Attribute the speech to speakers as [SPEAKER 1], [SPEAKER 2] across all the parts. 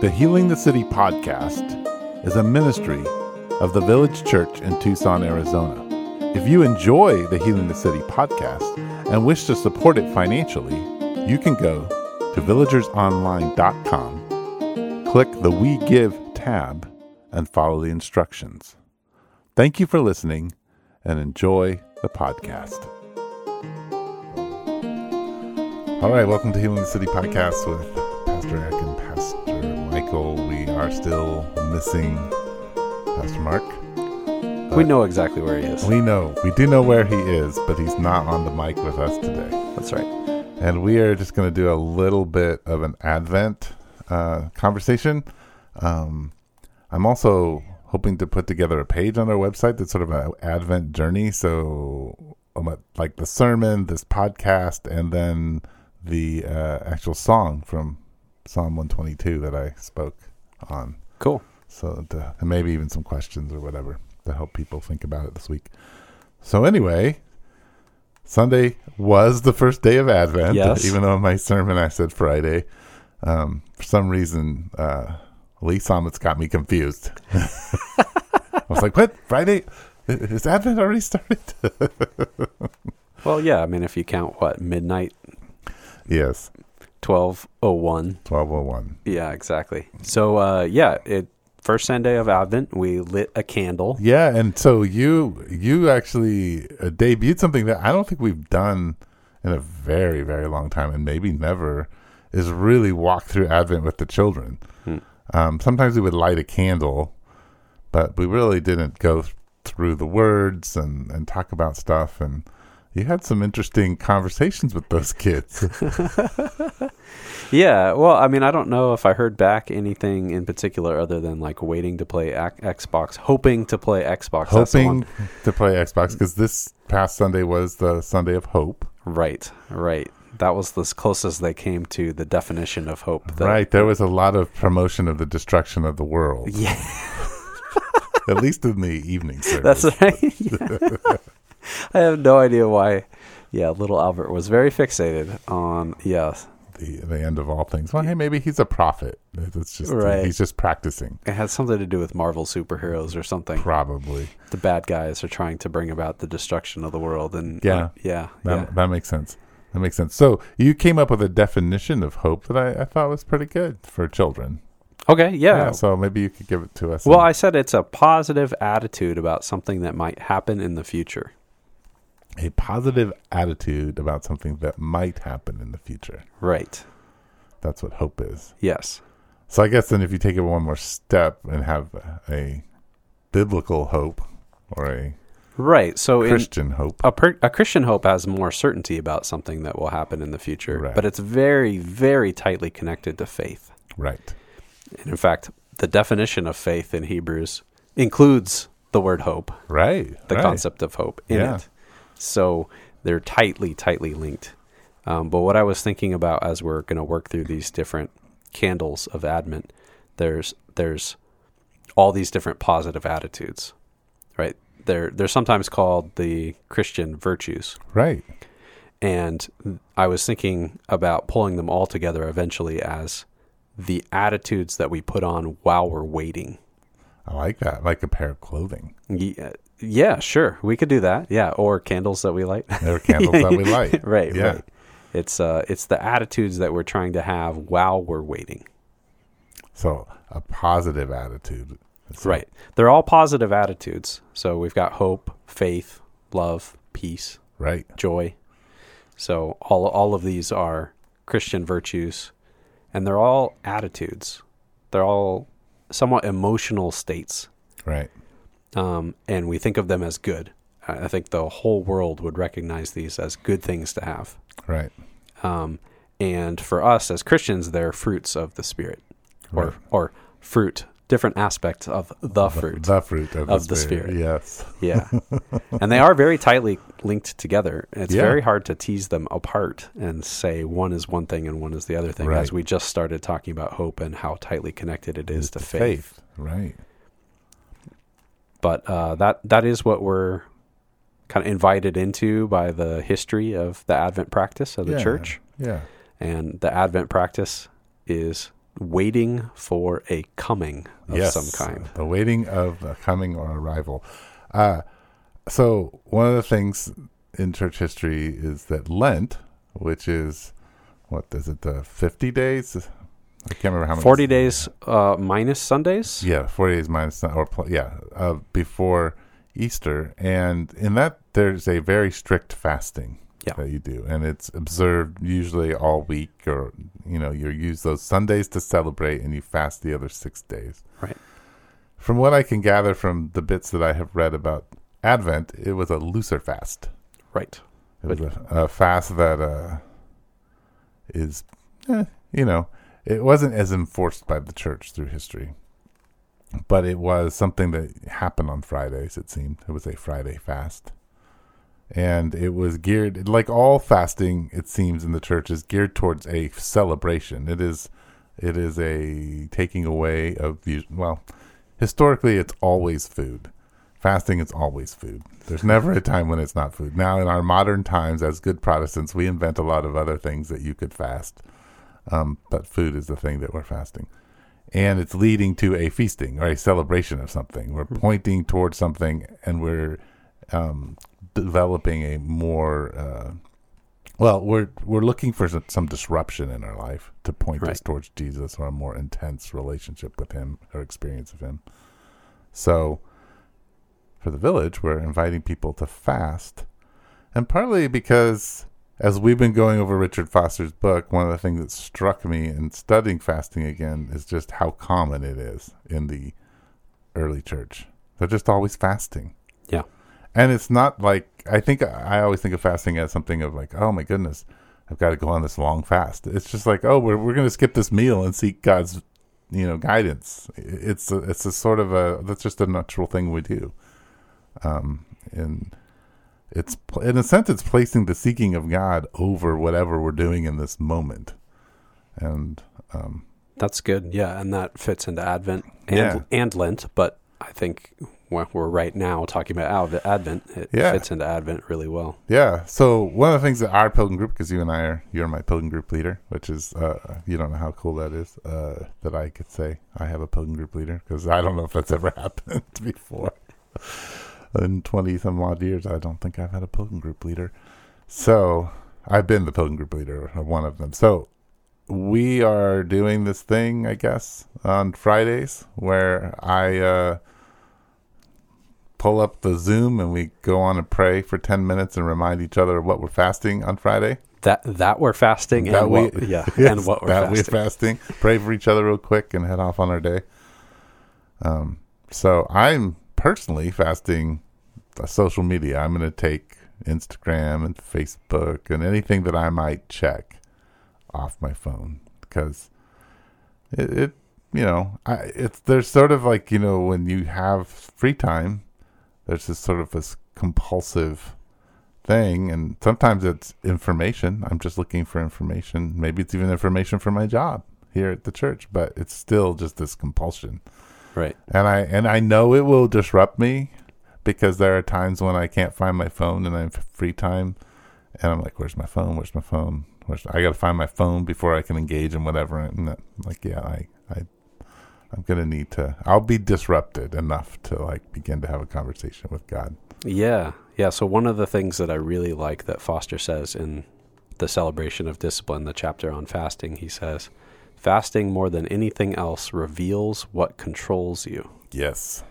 [SPEAKER 1] The Healing the City podcast is a ministry of the Village Church in Tucson, Arizona. If you enjoy the Healing the City podcast and wish to support it financially, you can go to villagersonline.com, click the We Give tab, and follow the instructions. Thank you for listening and enjoy the podcast. All right, welcome to Healing the City podcast with Pastor Eric and Pastor Michael. We are still missing Pastor Mark.
[SPEAKER 2] We know exactly where he is.
[SPEAKER 1] We know. We do know where he is, but he's not on the mic with us today.
[SPEAKER 2] That's right.
[SPEAKER 1] And we are just going to do a little bit of an Advent uh, conversation. Um, I'm also hoping to put together a page on our website that's sort of an Advent journey. So, um, like the sermon, this podcast, and then the uh, actual song from Psalm 122 that I spoke on
[SPEAKER 2] Cool.
[SPEAKER 1] so to, and maybe even some questions or whatever to help people think about it this week. So anyway, Sunday was the first day of Advent.
[SPEAKER 2] Yes.
[SPEAKER 1] Even though in my sermon I said Friday, um, for some reason uh, Lee Sommets got me confused. I was like, "What Friday? Is Advent already started?"
[SPEAKER 2] Well, yeah, I mean, if you count what, midnight
[SPEAKER 1] yes,
[SPEAKER 2] 1201.
[SPEAKER 1] twelve oh one.
[SPEAKER 2] Yeah, exactly. So, uh, yeah, it first Sunday of Advent, we lit a candle.
[SPEAKER 1] Yeah, and so you you actually uh, debuted something that I don't think we've done in a very very long time, and maybe never is really walk through Advent with the children.
[SPEAKER 2] Hmm.
[SPEAKER 1] Um, sometimes we would light a candle, but we really didn't go th- through the words and and talk about stuff. And you had some interesting conversations with those kids.
[SPEAKER 2] Yeah, well, I mean, I don't know if I heard back anything in particular other than like waiting to play ac- Xbox, hoping to play Xbox. that's the
[SPEAKER 1] hoping
[SPEAKER 2] one.
[SPEAKER 1] to play Xbox because this past Sunday was the Sunday of hope.
[SPEAKER 2] Right, right. That was the closest they came to the definition of hope. that-
[SPEAKER 1] right, there was a lot of promotion of the destruction of the world.
[SPEAKER 2] Yeah.
[SPEAKER 1] at least in the evening service.
[SPEAKER 2] That's right. Yeah. I have no idea why. Yeah, little Albert was very fixated on yeah,
[SPEAKER 1] the, the end of all things. Well, hey, maybe he's a prophet. It's just
[SPEAKER 2] Right.
[SPEAKER 1] he's just practicing,
[SPEAKER 2] it had something to do with Marvel superheroes or something.
[SPEAKER 1] probably.
[SPEAKER 2] The bad guys are trying to bring about the destruction of the world, and
[SPEAKER 1] Yeah.
[SPEAKER 2] uh, yeah,
[SPEAKER 1] That
[SPEAKER 2] yeah.
[SPEAKER 1] that makes sense. That makes sense. So you came up with a definition of hope that I, I thought was pretty good for children.
[SPEAKER 2] Okay, yeah.
[SPEAKER 1] So maybe you could give it to us.
[SPEAKER 2] well,
[SPEAKER 1] in
[SPEAKER 2] I said it's a positive attitude about something that might happen in the future.
[SPEAKER 1] a positive attitude about something that might happen in the future.
[SPEAKER 2] Right.
[SPEAKER 1] That's what hope is.
[SPEAKER 2] Yes.
[SPEAKER 1] So I guess then if you take it one more step and have a biblical hope or a
[SPEAKER 2] Right. So in,
[SPEAKER 1] Christian hope,
[SPEAKER 2] a, per- a Christian hope has more certainty about something that will happen in the future,
[SPEAKER 1] Right.
[SPEAKER 2] but it's very, very tightly connected to faith.
[SPEAKER 1] right?
[SPEAKER 2] And in fact, the definition of faith in Hebrews includes the word hope,
[SPEAKER 1] Right.
[SPEAKER 2] the
[SPEAKER 1] right.
[SPEAKER 2] concept of hope in
[SPEAKER 1] Yeah.
[SPEAKER 2] it. So they're tightly, tightly linked. Um, but what I was thinking about as we're going to work through these different candles of Advent, there's there's all these different positive attitudes, right? They're they're sometimes called the Christian virtues.
[SPEAKER 1] Right.
[SPEAKER 2] And I was thinking about pulling them all together eventually as the attitudes that we put on while we're waiting.
[SPEAKER 1] I like that. Like a pair of clothing.
[SPEAKER 2] Yeah, yeah sure. We could do that. Yeah. Or candles that we light.
[SPEAKER 1] There are candles that we light.
[SPEAKER 2] right.
[SPEAKER 1] Yeah.
[SPEAKER 2] Right. It's, uh, it's the attitudes that we're trying to have while we're waiting.
[SPEAKER 1] So a positive attitude. So-
[SPEAKER 2] Right. They're all positive attitudes. So we've got hope, faith, love, peace,
[SPEAKER 1] Right.
[SPEAKER 2] joy. So all all of these are Christian virtues, and they're all attitudes. They're all somewhat emotional states,
[SPEAKER 1] Right.
[SPEAKER 2] um, and we think of them as good. I I think the whole world would recognize these as good things to have.
[SPEAKER 1] Right.
[SPEAKER 2] Um, and for us as Christians, they're fruits of the Spirit, or
[SPEAKER 1] Right.
[SPEAKER 2] or fruit, different aspects of the fruit.
[SPEAKER 1] The fruit of,
[SPEAKER 2] Of the Spirit.
[SPEAKER 1] Yes.
[SPEAKER 2] Yeah. and they are very tightly linked together. It's
[SPEAKER 1] Yeah.
[SPEAKER 2] very hard to tease them apart and say one is one thing and one is the other thing,
[SPEAKER 1] Right.
[SPEAKER 2] as we just started talking about hope and how tightly connected it is to faith.
[SPEAKER 1] Right.
[SPEAKER 2] But uh, that that is what we're kind of invited into by the history of the Advent practice of the
[SPEAKER 1] Yeah.
[SPEAKER 2] church.
[SPEAKER 1] Yeah.
[SPEAKER 2] And the Advent practice is waiting for a coming of
[SPEAKER 1] yes,
[SPEAKER 2] some kind.
[SPEAKER 1] The waiting of a coming or arrival. Uh, so one of the things in church history is that Lent, which is what is it, the fifty days? I can't remember how many.
[SPEAKER 2] 40 days uh, minus Sundays.
[SPEAKER 1] Yeah, forty days minus or pl- yeah uh, before Easter, and in that there's a very strict fasting
[SPEAKER 2] Yeah.
[SPEAKER 1] that you do, and it's observed usually all week, or you know you use those Sundays to celebrate, and you fast the other six days.
[SPEAKER 2] Right.
[SPEAKER 1] From what I can gather from the bits that I have read about Advent, it was a looser fast.
[SPEAKER 2] Right.
[SPEAKER 1] It was a, a fast that uh, is, eh, you know, it wasn't as enforced by the church through history, but it was something that happened on Fridays. It seemed it was a Friday fast, and it was geared like all fasting. It seems in the church is geared towards a celebration. It is, it is a taking away of us- well, historically it's always food fasting is always food. There's never a time when it's not food. Now, in our modern times, as good Protestants, we invent a lot of other things that you could fast, um, but food is the thing that we're fasting. And it's leading to a feasting or a celebration of something. We're pointing towards something and we're um, developing a more, uh, well, we're, we're looking for some, some disruption in our life to point us
[SPEAKER 2] Right.
[SPEAKER 1] towards Jesus or a more intense relationship with Him or experience of Him. So, for the village, we're inviting people to fast. And partly because, as we've been going over Richard Foster's book, one of the things that struck me in studying fasting again is just how common it is in the early church. They're just always fasting.
[SPEAKER 2] Yeah.
[SPEAKER 1] And it's not like, I think I always think of fasting as something of like, oh my goodness, I've got to go on this long fast. It's just like, oh, we're, we're going to skip this meal and seek God's, you know, guidance. It's a, it's a sort of a, that's just a natural thing we do um, and it's pl- in a sense it's placing the seeking of God over whatever we're doing in this moment, and um,
[SPEAKER 2] That's good. Yeah, and that fits into Advent and
[SPEAKER 1] Yeah.
[SPEAKER 2] and Lent, but I think when we're right now talking about Ad- Advent, it
[SPEAKER 1] Yeah.
[SPEAKER 2] fits into Advent really well.
[SPEAKER 1] yeah. So one of the things that our pilgrim group, because you and I are you're my pilgrim group leader, which is uh, you don't know how cool that is uh, that I could say I have a pilgrim group leader because I don't know if that's ever happened before. In twenty some odd years, I don't think I've had a pilgrim group leader. So I've been the pilgrim group leader, or one of them. So we are doing this thing, I guess, on Fridays where I uh, pull up the Zoom and we go on and pray for 10 minutes and remind each other of what we're fasting on Friday.
[SPEAKER 2] That that we're fasting
[SPEAKER 1] That
[SPEAKER 2] and
[SPEAKER 1] we-
[SPEAKER 2] what, yeah,
[SPEAKER 1] Yes,
[SPEAKER 2] and what we're
[SPEAKER 1] that
[SPEAKER 2] fasting.
[SPEAKER 1] we're fasting. Pray for each other real quick and head off on our day. Um, so I'm personally fasting uh, social media. I'm going to take Instagram and Facebook and anything that I might check off my phone because it, it you know, I, it's there's sort of like you know when you have free time, there's this sort of this compulsive thing, and sometimes it's information. I'm just looking for information. Maybe it's even information for my job here at the church, but it's still just this compulsion
[SPEAKER 2] Right.
[SPEAKER 1] and I and I know it will disrupt me because there are times when I can't find my phone and I have free time, and I'm like, "Where's my phone? Where's my phone? Where's I got to find my phone before I can engage in whatever." And that, like, yeah, I I I'm gonna need to. I'll be disrupted enough to like begin to have a conversation with God.
[SPEAKER 2] Yeah. Yeah, so one of the things that I really like that Foster says in the celebration of discipline, the chapter on fasting, he says, fasting more than anything else reveals what controls you.
[SPEAKER 1] Yes.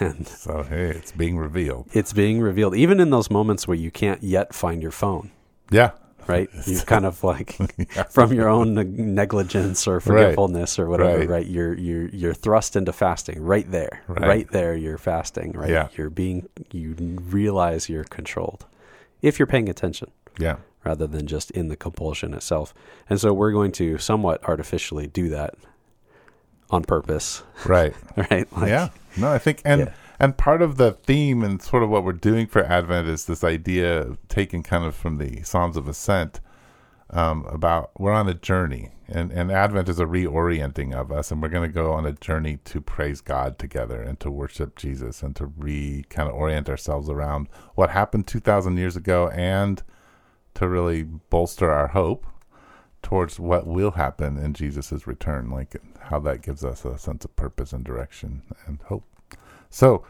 [SPEAKER 2] And
[SPEAKER 1] So hey, it's being revealed.
[SPEAKER 2] it's being revealed even in those moments where you can't yet find your phone.
[SPEAKER 1] Yeah.
[SPEAKER 2] right? You kind of like from your own neg- negligence or forgetfulness or whatever,
[SPEAKER 1] Right.
[SPEAKER 2] right. You're you're you're thrust into fasting right there,
[SPEAKER 1] Right.
[SPEAKER 2] right, there. You're fasting, right?
[SPEAKER 1] Yeah.
[SPEAKER 2] You're being you realize you're controlled if you're paying attention
[SPEAKER 1] Yeah.
[SPEAKER 2] rather than just in the compulsion itself. And so we're going to somewhat artificially do that on purpose,
[SPEAKER 1] Right.
[SPEAKER 2] right? Like,
[SPEAKER 1] yeah. No, I think and
[SPEAKER 2] Yeah.
[SPEAKER 1] and part of the theme and sort of what we're doing for Advent is this idea taken kind of from the Psalms of Ascent um, about we're on a journey and and Advent is a reorienting of us and we're going to go on a journey to praise God together and to worship Jesus and to re kind of orient ourselves around what happened 2000 years ago and to really bolster our hope towards what will happen in Jesus' return, like how that gives us a sense of purpose and direction and hope. So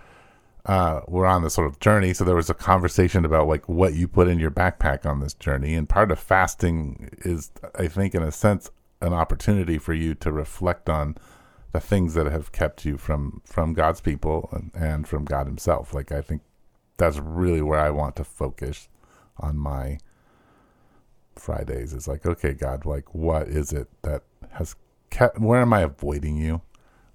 [SPEAKER 1] uh, we're on this sort of journey. So there was a conversation about like what you put in your backpack on this journey, and part of fasting is, I think, in a sense, an opportunity for you to reflect on the things that have kept you from from God's people and, and from God Himself. Like I think that's really where I want to focus on my Fridays is like, okay, God, like, what is it that has kept, where am I avoiding you?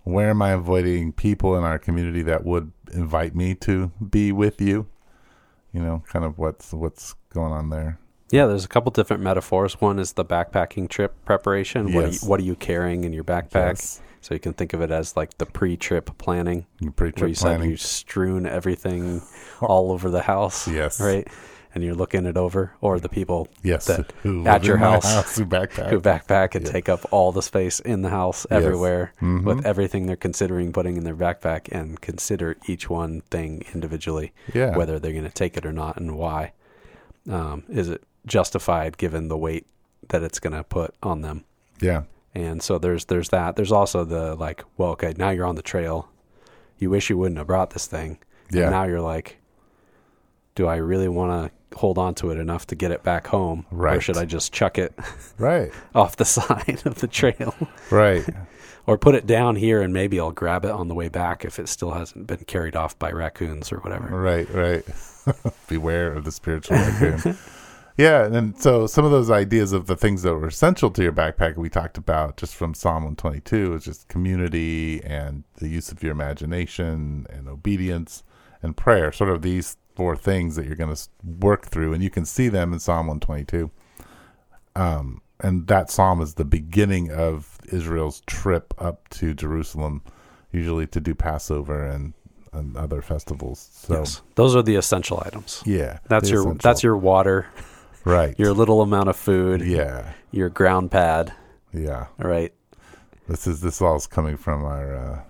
[SPEAKER 1] Where am I avoiding people in our community that would invite me to be with you? You know, kind of what's, what's going on there.
[SPEAKER 2] Yeah, there's a couple different metaphors. One is the backpacking trip preparation. What,
[SPEAKER 1] Yes.
[SPEAKER 2] are, you, what are you carrying in your backpack?
[SPEAKER 1] Yes.
[SPEAKER 2] So you can think of it as like the pre-trip planning,
[SPEAKER 1] Your pre-trip
[SPEAKER 2] where you said
[SPEAKER 1] planning.
[SPEAKER 2] you strewn everything all over the house.
[SPEAKER 1] Yes.
[SPEAKER 2] right. And you're looking it over, or the people
[SPEAKER 1] Yes.
[SPEAKER 2] that
[SPEAKER 1] Who
[SPEAKER 2] at
[SPEAKER 1] live
[SPEAKER 2] your
[SPEAKER 1] in my
[SPEAKER 2] house,
[SPEAKER 1] who backpack.
[SPEAKER 2] who backpack and
[SPEAKER 1] Yeah.
[SPEAKER 2] take up all the space in the house
[SPEAKER 1] Yes.
[SPEAKER 2] everywhere
[SPEAKER 1] Mhm.
[SPEAKER 2] with everything they're considering putting in their backpack, and consider each one thing individually
[SPEAKER 1] yeah.
[SPEAKER 2] whether they're going to take it or not and why. Um, is it justified given the weight that it's going to put on them?
[SPEAKER 1] Yeah.
[SPEAKER 2] And so there's there's that. There's also the like, well, okay, now you're on the trail. You wish you wouldn't have brought this thing. And
[SPEAKER 1] Yeah.
[SPEAKER 2] now you're like, do I really want to hold on to it enough to get it back home, or
[SPEAKER 1] Right.
[SPEAKER 2] should I just chuck it
[SPEAKER 1] Right.
[SPEAKER 2] off the side of the trail,
[SPEAKER 1] Right.
[SPEAKER 2] or put it down here and maybe I'll grab it on the way back if it still hasn't been carried off by raccoons or whatever.
[SPEAKER 1] Right, right. Beware of the spiritual raccoon. yeah, and then, so some of those ideas of the things that were essential to your backpack we talked about just from Psalm 122 is just community and the use of your imagination and obedience and prayer. Sort of these four things that you're going to work through, and you can see them in Psalm 122. Um, and that psalm is the beginning of Israel's trip up to Jerusalem, usually to do Passover and, and other festivals. So
[SPEAKER 2] Yes, those are the essential items.
[SPEAKER 1] yeah,
[SPEAKER 2] That's your that's your water,
[SPEAKER 1] right.
[SPEAKER 2] your little amount of food,
[SPEAKER 1] yeah,
[SPEAKER 2] your ground pad.
[SPEAKER 1] yeah.
[SPEAKER 2] All right,
[SPEAKER 1] This is this all is coming from our uh,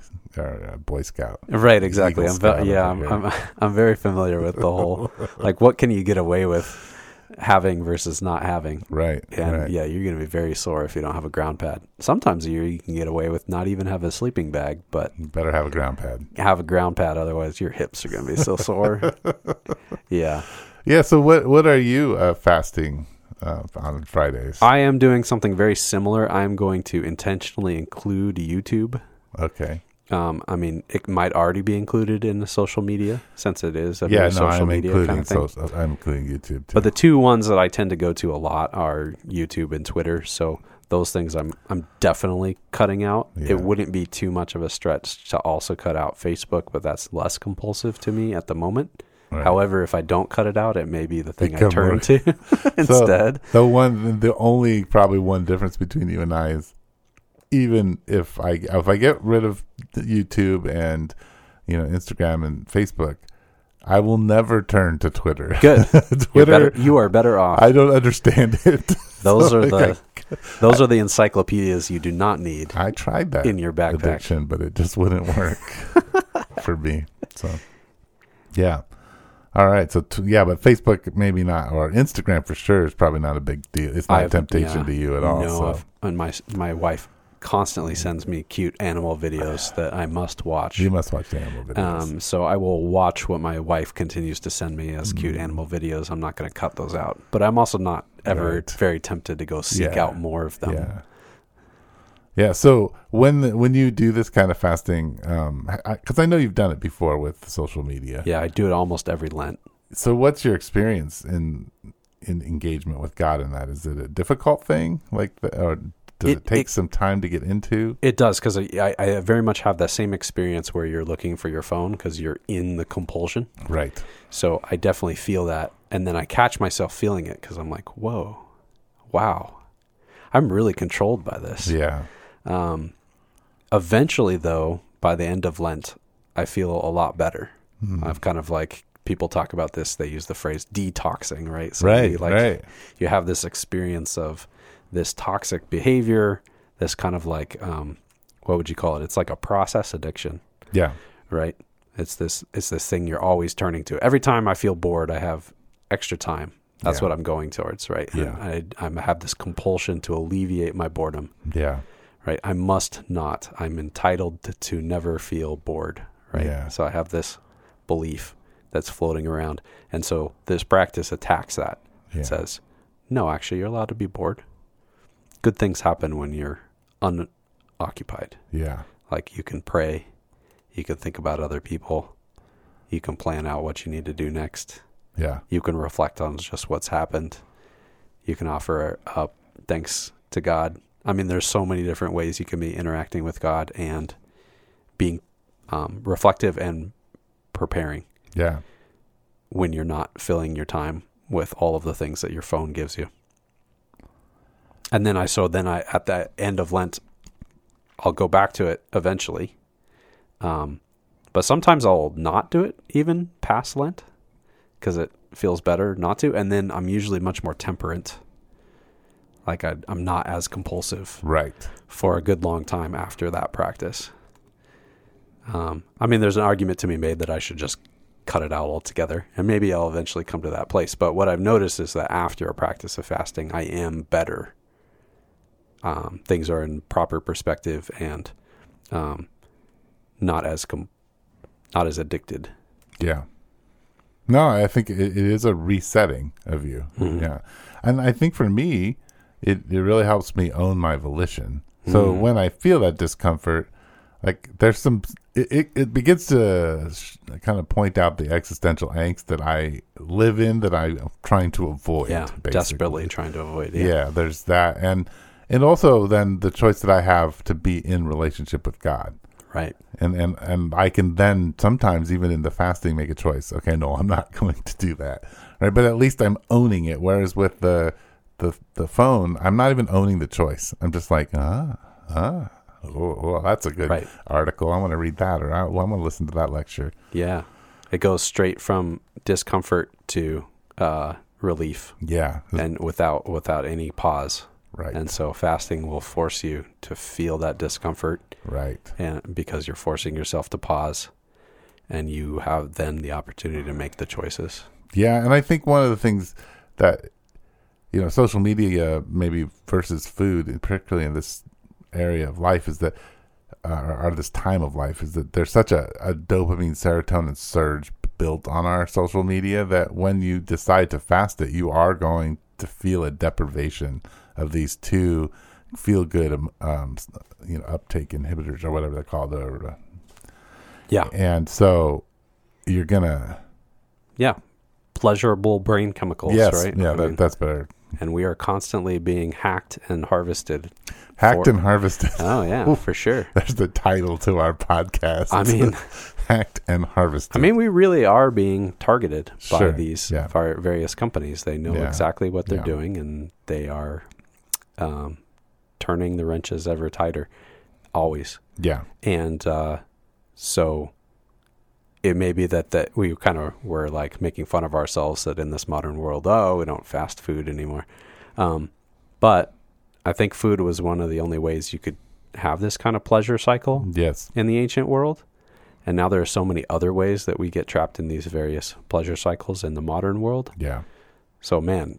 [SPEAKER 1] our uh, Boy Scout.
[SPEAKER 2] right, exactly.
[SPEAKER 1] Eagle
[SPEAKER 2] I'm ve-
[SPEAKER 1] Scout
[SPEAKER 2] yeah, I'm,
[SPEAKER 1] over
[SPEAKER 2] I'm I'm very familiar with the whole like what can you get away with having versus not having.
[SPEAKER 1] Right.
[SPEAKER 2] And
[SPEAKER 1] right.
[SPEAKER 2] yeah, you're going to be very sore if you don't have a ground pad. Sometimes a year you can get away with not even have a sleeping bag, but
[SPEAKER 1] You better have a ground pad.
[SPEAKER 2] have a ground pad. Otherwise, your hips are going to be so sore. yeah.
[SPEAKER 1] Yeah. So what what are you uh, fasting uh, on Fridays?
[SPEAKER 2] I am doing something very similar. I'm going to intentionally include YouTube.
[SPEAKER 1] okay.
[SPEAKER 2] Um, I mean, it might already be included in the social media since it is a
[SPEAKER 1] Yeah. No,
[SPEAKER 2] very social
[SPEAKER 1] I'm
[SPEAKER 2] media
[SPEAKER 1] including
[SPEAKER 2] kind of thing.
[SPEAKER 1] social. I'm including YouTube too.
[SPEAKER 2] But the two ones that I tend to go to a lot are YouTube and Twitter. So those things I'm I'm definitely cutting out.
[SPEAKER 1] Yeah.
[SPEAKER 2] It wouldn't be too much of a stretch to also cut out Facebook, but that's less compulsive to me at the moment.
[SPEAKER 1] Right.
[SPEAKER 2] However, if I don't cut it out, it may be the thing I
[SPEAKER 1] Become
[SPEAKER 2] turn
[SPEAKER 1] more-
[SPEAKER 2] to instead.
[SPEAKER 1] The one, the only probably one difference between you and I is even if I if I get rid of the YouTube and you know Instagram and Facebook, I will never turn to Twitter.
[SPEAKER 2] Good. You're
[SPEAKER 1] Twitter,
[SPEAKER 2] better, you are better off.
[SPEAKER 1] I don't understand it.
[SPEAKER 2] those
[SPEAKER 1] So,
[SPEAKER 2] are
[SPEAKER 1] like,
[SPEAKER 2] the those are the encyclopedias you do not need
[SPEAKER 1] I, I tried that
[SPEAKER 2] in your backpack.
[SPEAKER 1] addiction, but it just wouldn't work for me. So yeah. All right, so t- yeah, but Facebook maybe not, or Instagram for sure is probably not a big deal. It's not a
[SPEAKER 2] I've-
[SPEAKER 1] temptation
[SPEAKER 2] yeah,
[SPEAKER 1] to you at all.
[SPEAKER 2] No,
[SPEAKER 1] so.
[SPEAKER 2] I've- and my my wife constantly sends me cute animal videos that I must watch.
[SPEAKER 1] You must watch the animal videos.
[SPEAKER 2] Um, so I will watch what my wife continues to send me as
[SPEAKER 1] Mm.
[SPEAKER 2] cute animal videos. I'm not going to cut those out, but I'm also not ever
[SPEAKER 1] Right.
[SPEAKER 2] very tempted to go seek
[SPEAKER 1] Yeah.
[SPEAKER 2] out more of them.
[SPEAKER 1] yeah, yeah. So when the, when you do this kind of fasting, um, because I, 'cause I know you've done it before with social media.
[SPEAKER 2] Yeah, I do it almost every Lent.
[SPEAKER 1] So what's your experience in in engagement with God in that? Is it a difficult thing, like, the, or does it,
[SPEAKER 2] It-
[SPEAKER 1] take
[SPEAKER 2] it-
[SPEAKER 1] some time to get into?
[SPEAKER 2] It does because I, I very much have that same experience where you're looking for your phone because you're in the compulsion.
[SPEAKER 1] Right.
[SPEAKER 2] So I definitely feel that. And then I catch myself feeling it because I'm like, whoa, wow, I'm really controlled by this.
[SPEAKER 1] Yeah.
[SPEAKER 2] Um, eventually, though, by the end of Lent, I feel a lot better.
[SPEAKER 1] Hmm.
[SPEAKER 2] I've kind of like people talk about this; they use the phrase detoxing, right? So
[SPEAKER 1] Right,
[SPEAKER 2] you, like
[SPEAKER 1] right.
[SPEAKER 2] you have this experience of this toxic behavior, this kind of like um, what would you call it? It's like a process addiction,
[SPEAKER 1] Yeah.
[SPEAKER 2] right? It's this it's this thing you're always turning to. Every time I feel bored, I have extra time. That's
[SPEAKER 1] Yeah.
[SPEAKER 2] what I'm going towards, right? And
[SPEAKER 1] Yeah.
[SPEAKER 2] I, I have this compulsion to alleviate my boredom,
[SPEAKER 1] Yeah.
[SPEAKER 2] right? I must not. I'm entitled to, to never feel bored, right?
[SPEAKER 1] Yeah.
[SPEAKER 2] So I have this belief that's floating around. And so this practice attacks that.
[SPEAKER 1] Yeah.
[SPEAKER 2] It says, no, actually, you're allowed to be bored. Good things happen when you're unoccupied.
[SPEAKER 1] Yeah.
[SPEAKER 2] Like you can pray, you can think about other people, you can plan out what you need to do next,
[SPEAKER 1] Yeah.
[SPEAKER 2] you can reflect on just what's happened, you can offer up thanks to God. I mean, there's so many different ways you can be interacting with God and being um, reflective and preparing
[SPEAKER 1] Yeah.
[SPEAKER 2] when you're not filling your time with all of the things that your phone gives you. And then I so then I at the end of Lent, I'll go back to it eventually. Um, but sometimes I'll not do it even past Lent because it feels better not to. And then I'm usually much more temperate. Like I, I'm not as compulsive
[SPEAKER 1] Right.
[SPEAKER 2] for a good long time after that practice. Um, I mean, there's an argument to be made that I should just cut it out altogether, and maybe I'll eventually come to that place. But what I've noticed is that after a practice of fasting, I am better. Um, things are in proper perspective and um, not as com- not as addicted.
[SPEAKER 1] Yeah. No, I think it, it is a resetting of you.
[SPEAKER 2] Mhm.
[SPEAKER 1] Yeah. And I think for me, it, it really helps me own my volition. So
[SPEAKER 2] Mhm.
[SPEAKER 1] when I feel that discomfort, like there's some, it, it, it begins to sh- kind of point out the existential angst that I live in that I'm trying to avoid.
[SPEAKER 2] yeah,
[SPEAKER 1] basically.
[SPEAKER 2] desperately trying to avoid.
[SPEAKER 1] Yeah. there's that. And, and also then the choice that I have to be in relationship with God
[SPEAKER 2] right.
[SPEAKER 1] and and and I can then sometimes even in the fasting make a choice. Okay, no, I'm not going to do that, right? But at least I'm owning it. Whereas with the the the phone, I'm not even owning the choice. I'm just like ah ah. Oh, well, that's a good
[SPEAKER 2] Right.
[SPEAKER 1] article. I want to read that, or I, well, I'm going to listen to that lecture.
[SPEAKER 2] Yeah, it goes straight from discomfort to uh, relief.
[SPEAKER 1] Yeah,
[SPEAKER 2] and without without any pause.
[SPEAKER 1] right,
[SPEAKER 2] And so fasting will force you to feel that discomfort
[SPEAKER 1] right,
[SPEAKER 2] and because you're forcing yourself to pause and you have then the opportunity to make the choices.
[SPEAKER 1] yeah. And I think one of the things that you know, social media maybe versus food, and particularly in this area of life, is that uh, or, or this time of life is that there's such a, a dopamine serotonin surge built on our social media that when you decide to fast it, you are going to feel a deprivation of these two feel good um, um you know uptake inhibitors or whatever they're called or, uh,
[SPEAKER 2] Yeah.
[SPEAKER 1] and so you're gonna
[SPEAKER 2] Yeah. Pleasurable brain chemicals,
[SPEAKER 1] yes
[SPEAKER 2] right?
[SPEAKER 1] yeah
[SPEAKER 2] I
[SPEAKER 1] that,
[SPEAKER 2] mean,
[SPEAKER 1] that's better
[SPEAKER 2] and we are constantly being hacked and harvested.
[SPEAKER 1] hacked
[SPEAKER 2] For-
[SPEAKER 1] and harvested
[SPEAKER 2] Oh yeah, for sure.
[SPEAKER 1] there's the title to our podcast
[SPEAKER 2] I mean-
[SPEAKER 1] hacked and harvested
[SPEAKER 2] I mean, we really are being targeted by
[SPEAKER 1] Sure,
[SPEAKER 2] these
[SPEAKER 1] yeah.
[SPEAKER 2] var- various companies. They know
[SPEAKER 1] Yeah,
[SPEAKER 2] exactly what they're
[SPEAKER 1] yeah.
[SPEAKER 2] doing, and they are um, turning the wrenches ever tighter, always.
[SPEAKER 1] yeah
[SPEAKER 2] And uh, so it may be that that we kind of were like making fun of ourselves that in this modern world, oh, we don't fast food anymore. Um, but I think food was one of the only ways you could have this kind of pleasure cycle
[SPEAKER 1] yes
[SPEAKER 2] in the ancient world. And now there are so many other ways that we get trapped in these various pleasure cycles in the modern world.
[SPEAKER 1] yeah
[SPEAKER 2] So, man,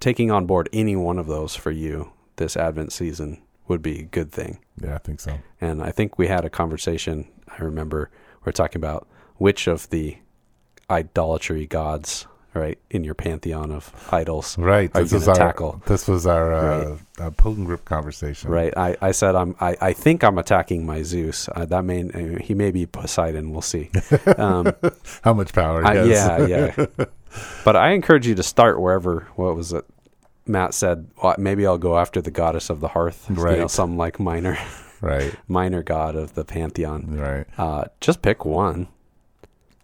[SPEAKER 2] taking on board any one of those for you this Advent season would be a good thing.
[SPEAKER 1] yeah i think so
[SPEAKER 2] And I think we had a conversation, I remember, we are talking about which of the idolatry gods, right, in your pantheon of idols
[SPEAKER 1] Right.
[SPEAKER 2] are you
[SPEAKER 1] This was
[SPEAKER 2] gonna
[SPEAKER 1] our
[SPEAKER 2] tackle?
[SPEAKER 1] this was our uh, uh, pilgrim group conversation.
[SPEAKER 2] Right. I, I said I'm. I, I think I'm attacking my Zeus. Uh, that may uh, he may be Poseidon. We'll see. Um,
[SPEAKER 1] How much power?
[SPEAKER 2] I,
[SPEAKER 1] yes.
[SPEAKER 2] Uh, yeah, yeah. but I encourage you to start wherever. What was it? Matt said, well, maybe I'll go after the goddess of the hearth, you know,
[SPEAKER 1] Right.
[SPEAKER 2] some like minor,
[SPEAKER 1] Right.
[SPEAKER 2] minor god of the pantheon.
[SPEAKER 1] Right.
[SPEAKER 2] Uh, just pick one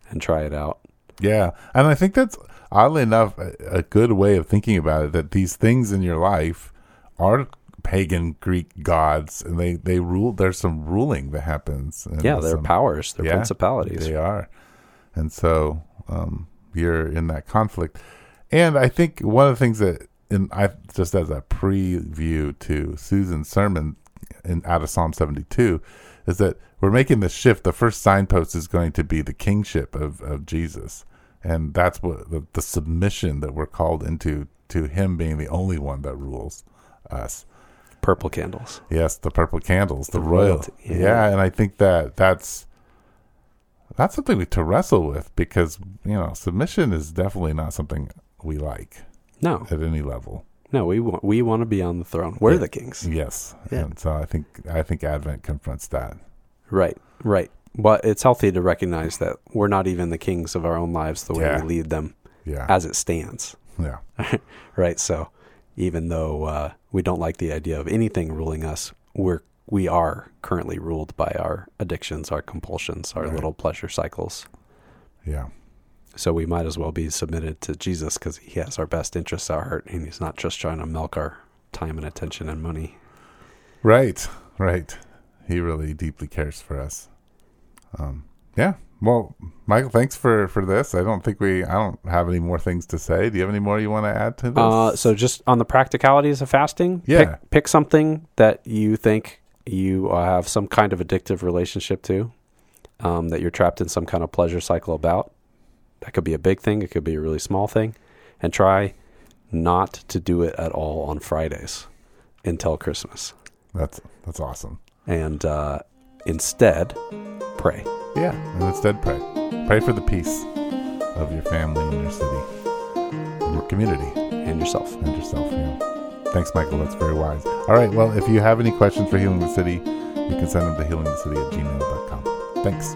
[SPEAKER 2] and try it out.
[SPEAKER 1] Yeah. And I think that's oddly enough a, a good way of thinking about it. That these things in your life are pagan Greek gods, and they they rule. There's some ruling that happens. and
[SPEAKER 2] Yeah, they're
[SPEAKER 1] some-
[SPEAKER 2] powers, they're
[SPEAKER 1] yeah,
[SPEAKER 2] principalities.
[SPEAKER 1] They are. And so um, you're in that conflict. And I think one of the things that, in I just as a preview to Susan's sermon in out of Psalm 72, is that we're making the shift. The first signpost is going to be the kingship of, of Jesus. and that's what the, the submission that we're called into to Him being the only one that rules us.
[SPEAKER 2] Purple candles.
[SPEAKER 1] Yes, the purple candles, the,
[SPEAKER 2] The
[SPEAKER 1] royalty.
[SPEAKER 2] royalty,
[SPEAKER 1] Yeah.
[SPEAKER 2] yeah.
[SPEAKER 1] and I think that that's that's something we to wrestle with because you know submission is definitely not something we like
[SPEAKER 2] No,
[SPEAKER 1] at any level.
[SPEAKER 2] no, we want we want to be on the throne. We're
[SPEAKER 1] Yeah.
[SPEAKER 2] the kings.
[SPEAKER 1] Yes,
[SPEAKER 2] Yeah.
[SPEAKER 1] and so I think I think Advent confronts that.
[SPEAKER 2] Right, right. But it's healthy to recognize that we're not even the kings of our own lives the way
[SPEAKER 1] Yeah.
[SPEAKER 2] we lead them
[SPEAKER 1] Yeah,
[SPEAKER 2] as it stands.
[SPEAKER 1] yeah,
[SPEAKER 2] Right. So even though uh, we don't like the idea of anything ruling us, we're we are currently ruled by our addictions, our compulsions, our
[SPEAKER 1] Right.
[SPEAKER 2] little pleasure cycles.
[SPEAKER 1] yeah.
[SPEAKER 2] So we might as well be submitted to Jesus because He has our best interests at heart, and He's not just trying to milk our time and attention and money.
[SPEAKER 1] Right, right. He really deeply cares for us. Um, yeah. Well, Michael, thanks for for this. I don't think we. I don't have any more things to say. Do you have any more you want to add to this?
[SPEAKER 2] Uh, so just on the practicalities of fasting,
[SPEAKER 1] Yeah.
[SPEAKER 2] pick, pick something that you think you uh, have some kind of addictive relationship to, um, that you're trapped in some kind of pleasure cycle about. That could be a big thing. It could be a really small thing, and try not to do it at all on Fridays until Christmas,
[SPEAKER 1] that's that's awesome.
[SPEAKER 2] and uh, instead pray.
[SPEAKER 1] Yeah. And instead, pray. Pray for the peace of your family and your city, and your community,
[SPEAKER 2] and yourself.
[SPEAKER 1] and yourself. Yeah. Thanks, Michael. That's very wise. All right. Well, if you have any questions for Healing the City, you can send them to healingthecity at gmail.com. Thanks.